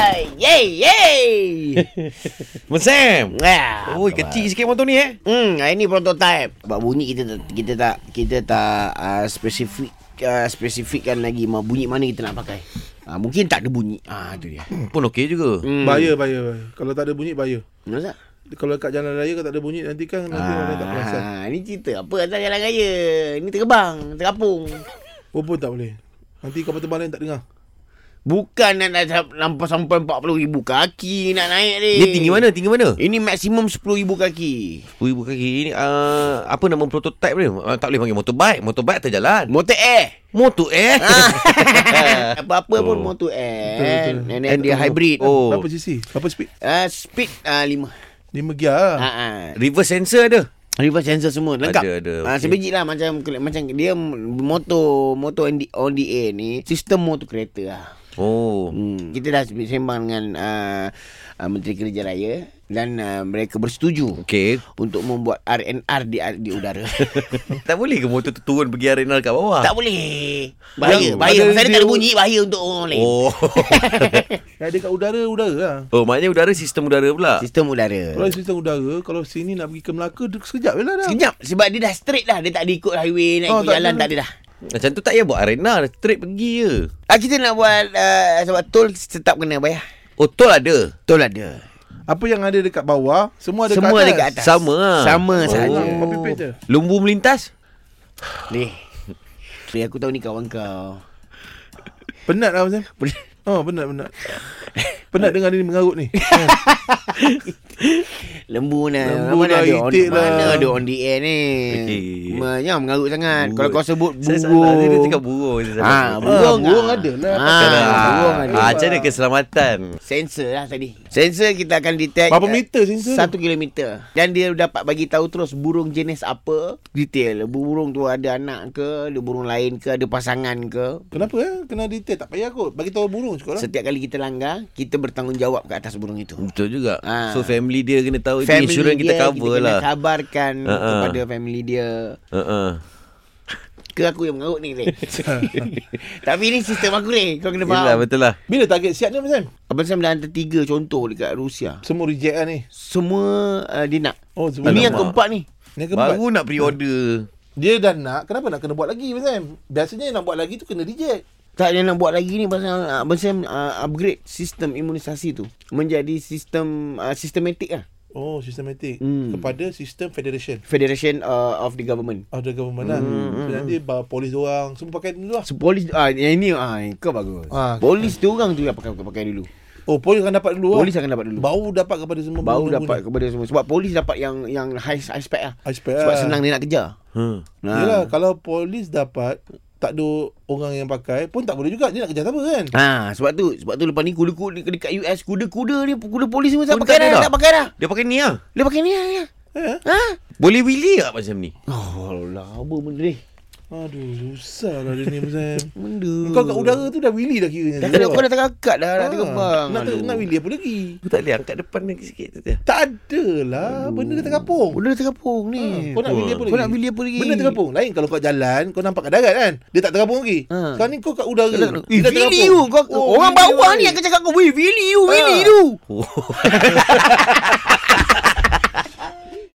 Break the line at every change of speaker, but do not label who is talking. Hey, hey.
Mesem.
ah,
Oi, kecil sikit motor ni eh.
Hmm, hari ni prototype. Sebab bunyi kita tak kita tak kita tak uh, spesifik uh, spesifikkan lagi ma bunyi mana kita nak pakai. Uh, mungkin tak ada bunyi. Ah, tu dia.
Pun okey juga.
Hmm.
Bahaya, bahaya, bahaya. Kalau tak ada bunyi, bahaya.
Kenapa tak?
Kalau kat jalan raya kalau tak ada bunyi, nanti kan nanti orang tak perasan.
Ah, ni cerita apa atas jalan raya. Ni terbang, terapung.
Oh pun tak boleh. Nanti kapal terbang lain tak dengar.
Bukan nak, nak sam- nampak sampai 40 ribu kaki nak naik ni.
Dia tinggi mana? Tinggi mana?
Ini maksimum 10 ribu kaki.
Ui, bukan kaki ni uh, apa nama prototype dia? Uh, tak boleh panggil motorbike. Motorbike atas jalan.
Motor air.
Motor eh.
Ah. Apa-apa pun
Oh.
motor air.
Betul,
kan.
betul.
And then dia hybrid. Oh.
Oh.
Berapa sisi? Berapa speed?
Uh, speed uh, 5.
5 gear lah.
Ha ah.
Reverse sensor ada.
Reverse sensor semua lengkap.
Ada, ada,
Ah,
okey.
sebiji lah macam macam dia motor motor on the, on the air ni sistem motor kereta lah.
Oh.
Hmm, kita dah sembang dengan uh, uh, Menteri Kerja Raya dan uh, mereka bersetuju
Okey.
untuk membuat RNR di di udara.
tak boleh ke motor tu turun pergi arenal kat bawah?
tak boleh. Bahaya,
Yang
bahaya. Pasal
ada
dia tak ada
dia-
bunyi, bahaya untuk orang lain.
Oh.
Yang ada kat udara, udara lah.
oh, maknanya udara sistem udara pula.
Sistem udara.
Kalau sistem udara, kalau sini nak pergi ke Melaka, dia sekejap je lah dah.
Sekejap sebab dia dah straight dah. Dia tak ada ikut highway, nak
Oh,
ikut
tak
jalan
ada.
tak ada dah.
Macam tu tak payah buat arena, straight pergi je.
Ah, kita nak buat uh, sebab tol tetap kena ya? bayar.
Oh, tol ada.
Tol ada.
Apa yang ada dekat bawah, semua ada
Semua
kat atas.
ada kat atas.
Sama lah.
Sama
Oh.
saja.
Copy paste je.
Lumbu melintas?
Leh. Leh aku tahu ni kawan kau.
Penat lah macam. Oh, penat, penat. Penat dengan dia ni mengarut ni. Oh.
Lembu lah
Lembu
mana
lah,
ada on,
itik
Mana
lah.
ada on the air ni
Okey.
okay. Jangan mengarut sangat Ah, Kalau kau sebut
Saya salah,
burung
Dia cakap burung. Saya salah.
Ah, burung,
Ah, burung
ah.
ada lah.
Ah,
Salah.
burung ada.
Ah, Macam mana keselamatan?
Sensor lah tadi Sensor kita akan detect
Berapa
eh,
meter sensor tu?
Satu kilometer Dan dia dapat bagi tahu terus Burung jenis apa Detail Burung tu ada anak ke Ada burung lain ke Ada pasangan ke
Kenapa eh? Kena detail. Tak payah kot. Bagi tahu burung cukup lah.
Setiap kali kita langgar Kita bertanggungjawab ke atas burung itu
Betul juga.
Ah.
So family dia kena tahu family insurans Oh, kita
dia,
cover
kita
lah.
kena kabarkan
Ah, ah.
kepada family dia
Uh-uh.
Ke aku yang mengarut ni Leh Tapi ni sistem aku ni Kau kena
Yelah,
faham
betul lah.
Bila target siap ni macam?
Abang Sam dah hantar tiga contoh dekat Rusia
Semua reject lah ni.
Semua uh, dia nak
Oh,
Ini
semua
yang
nak.
keempat ni
Ni yang keempat.
Baru nak pre-order.
Dia dah nak, kenapa nak kena buat lagi Mazam? Biasanya yang nak buat lagi tu kena reject.
Tak ada nak buat lagi ni Pasal uh, Abang Sam uh, upgrade sistem imunisasi tu Menjadi sistem uh, Sistematik lah
Oh, sistematik.
Hmm.
Kepada sistem federation
Federation uh, of the government
of the government
Hmm,
lah. So, nanti bah, polis orang semua pakai dulu lah.
So polis ah, Yang ini ah, Kau bagus
Ah.
Polis tu orang tu yang pakai, pakai dulu
Oh, polis akan dapat dulu
Polis
lah.
akan dapat dulu
Baru dapat kepada
Baru
semua pengguna-pengguna.
dapat kepada semua Sebab polis dapat yang yang high, high spec lah
High spec
Sebab
lah.
senang dia nak kejar
Huh.
Yelah, kalau polis dapat, tak ada orang yang pakai pun tak boleh juga. Dia nak kerja apa kan?
Ha, sebab tu sebab tu lepas ni kuda-kuda dekat US kuda-kuda ni kuda polis semua tak
Kuda
pakai
tak ada
dah,
dah?
tak pakai dah.
Dia pakai ni lah.
Dia pakai ni lah. ya.
Eh?
Ha?
Boleh wheelie tak macam ni?
Oh, Allah, apa benda ni?
Aduh, susah lah dia ni Mazam.
Benda.
Kau kat udara tu dah wheelie dah kiranya.
Dah kena kau dah terangkat dah, dah
Ah,
terbang.
Nak,
Aduh.
nak wheelie apa lagi?
Aku tak boleh angkat depan lagi sikit tu dia.
Tak ada lah. Benda kat kapung.
Benda dah terkapung ni.
Ha, Kau nak
Wah.
beli apa lagi?
Kau nak beli apa lagi?
Benda terkapung. Lain kalau kau jalan, kau nampak kat darat kan? Dia tak terkapung lagi.
Ha.
Sekarang ni kau kat udara.
Kau nak- Eh,
Dia Oh, dah
Vili
terkapung.
you kau Orang
Vili
bawah ni
balik.
akan cakap kau Weh Vili you
Ah.
Vili tu
Oh.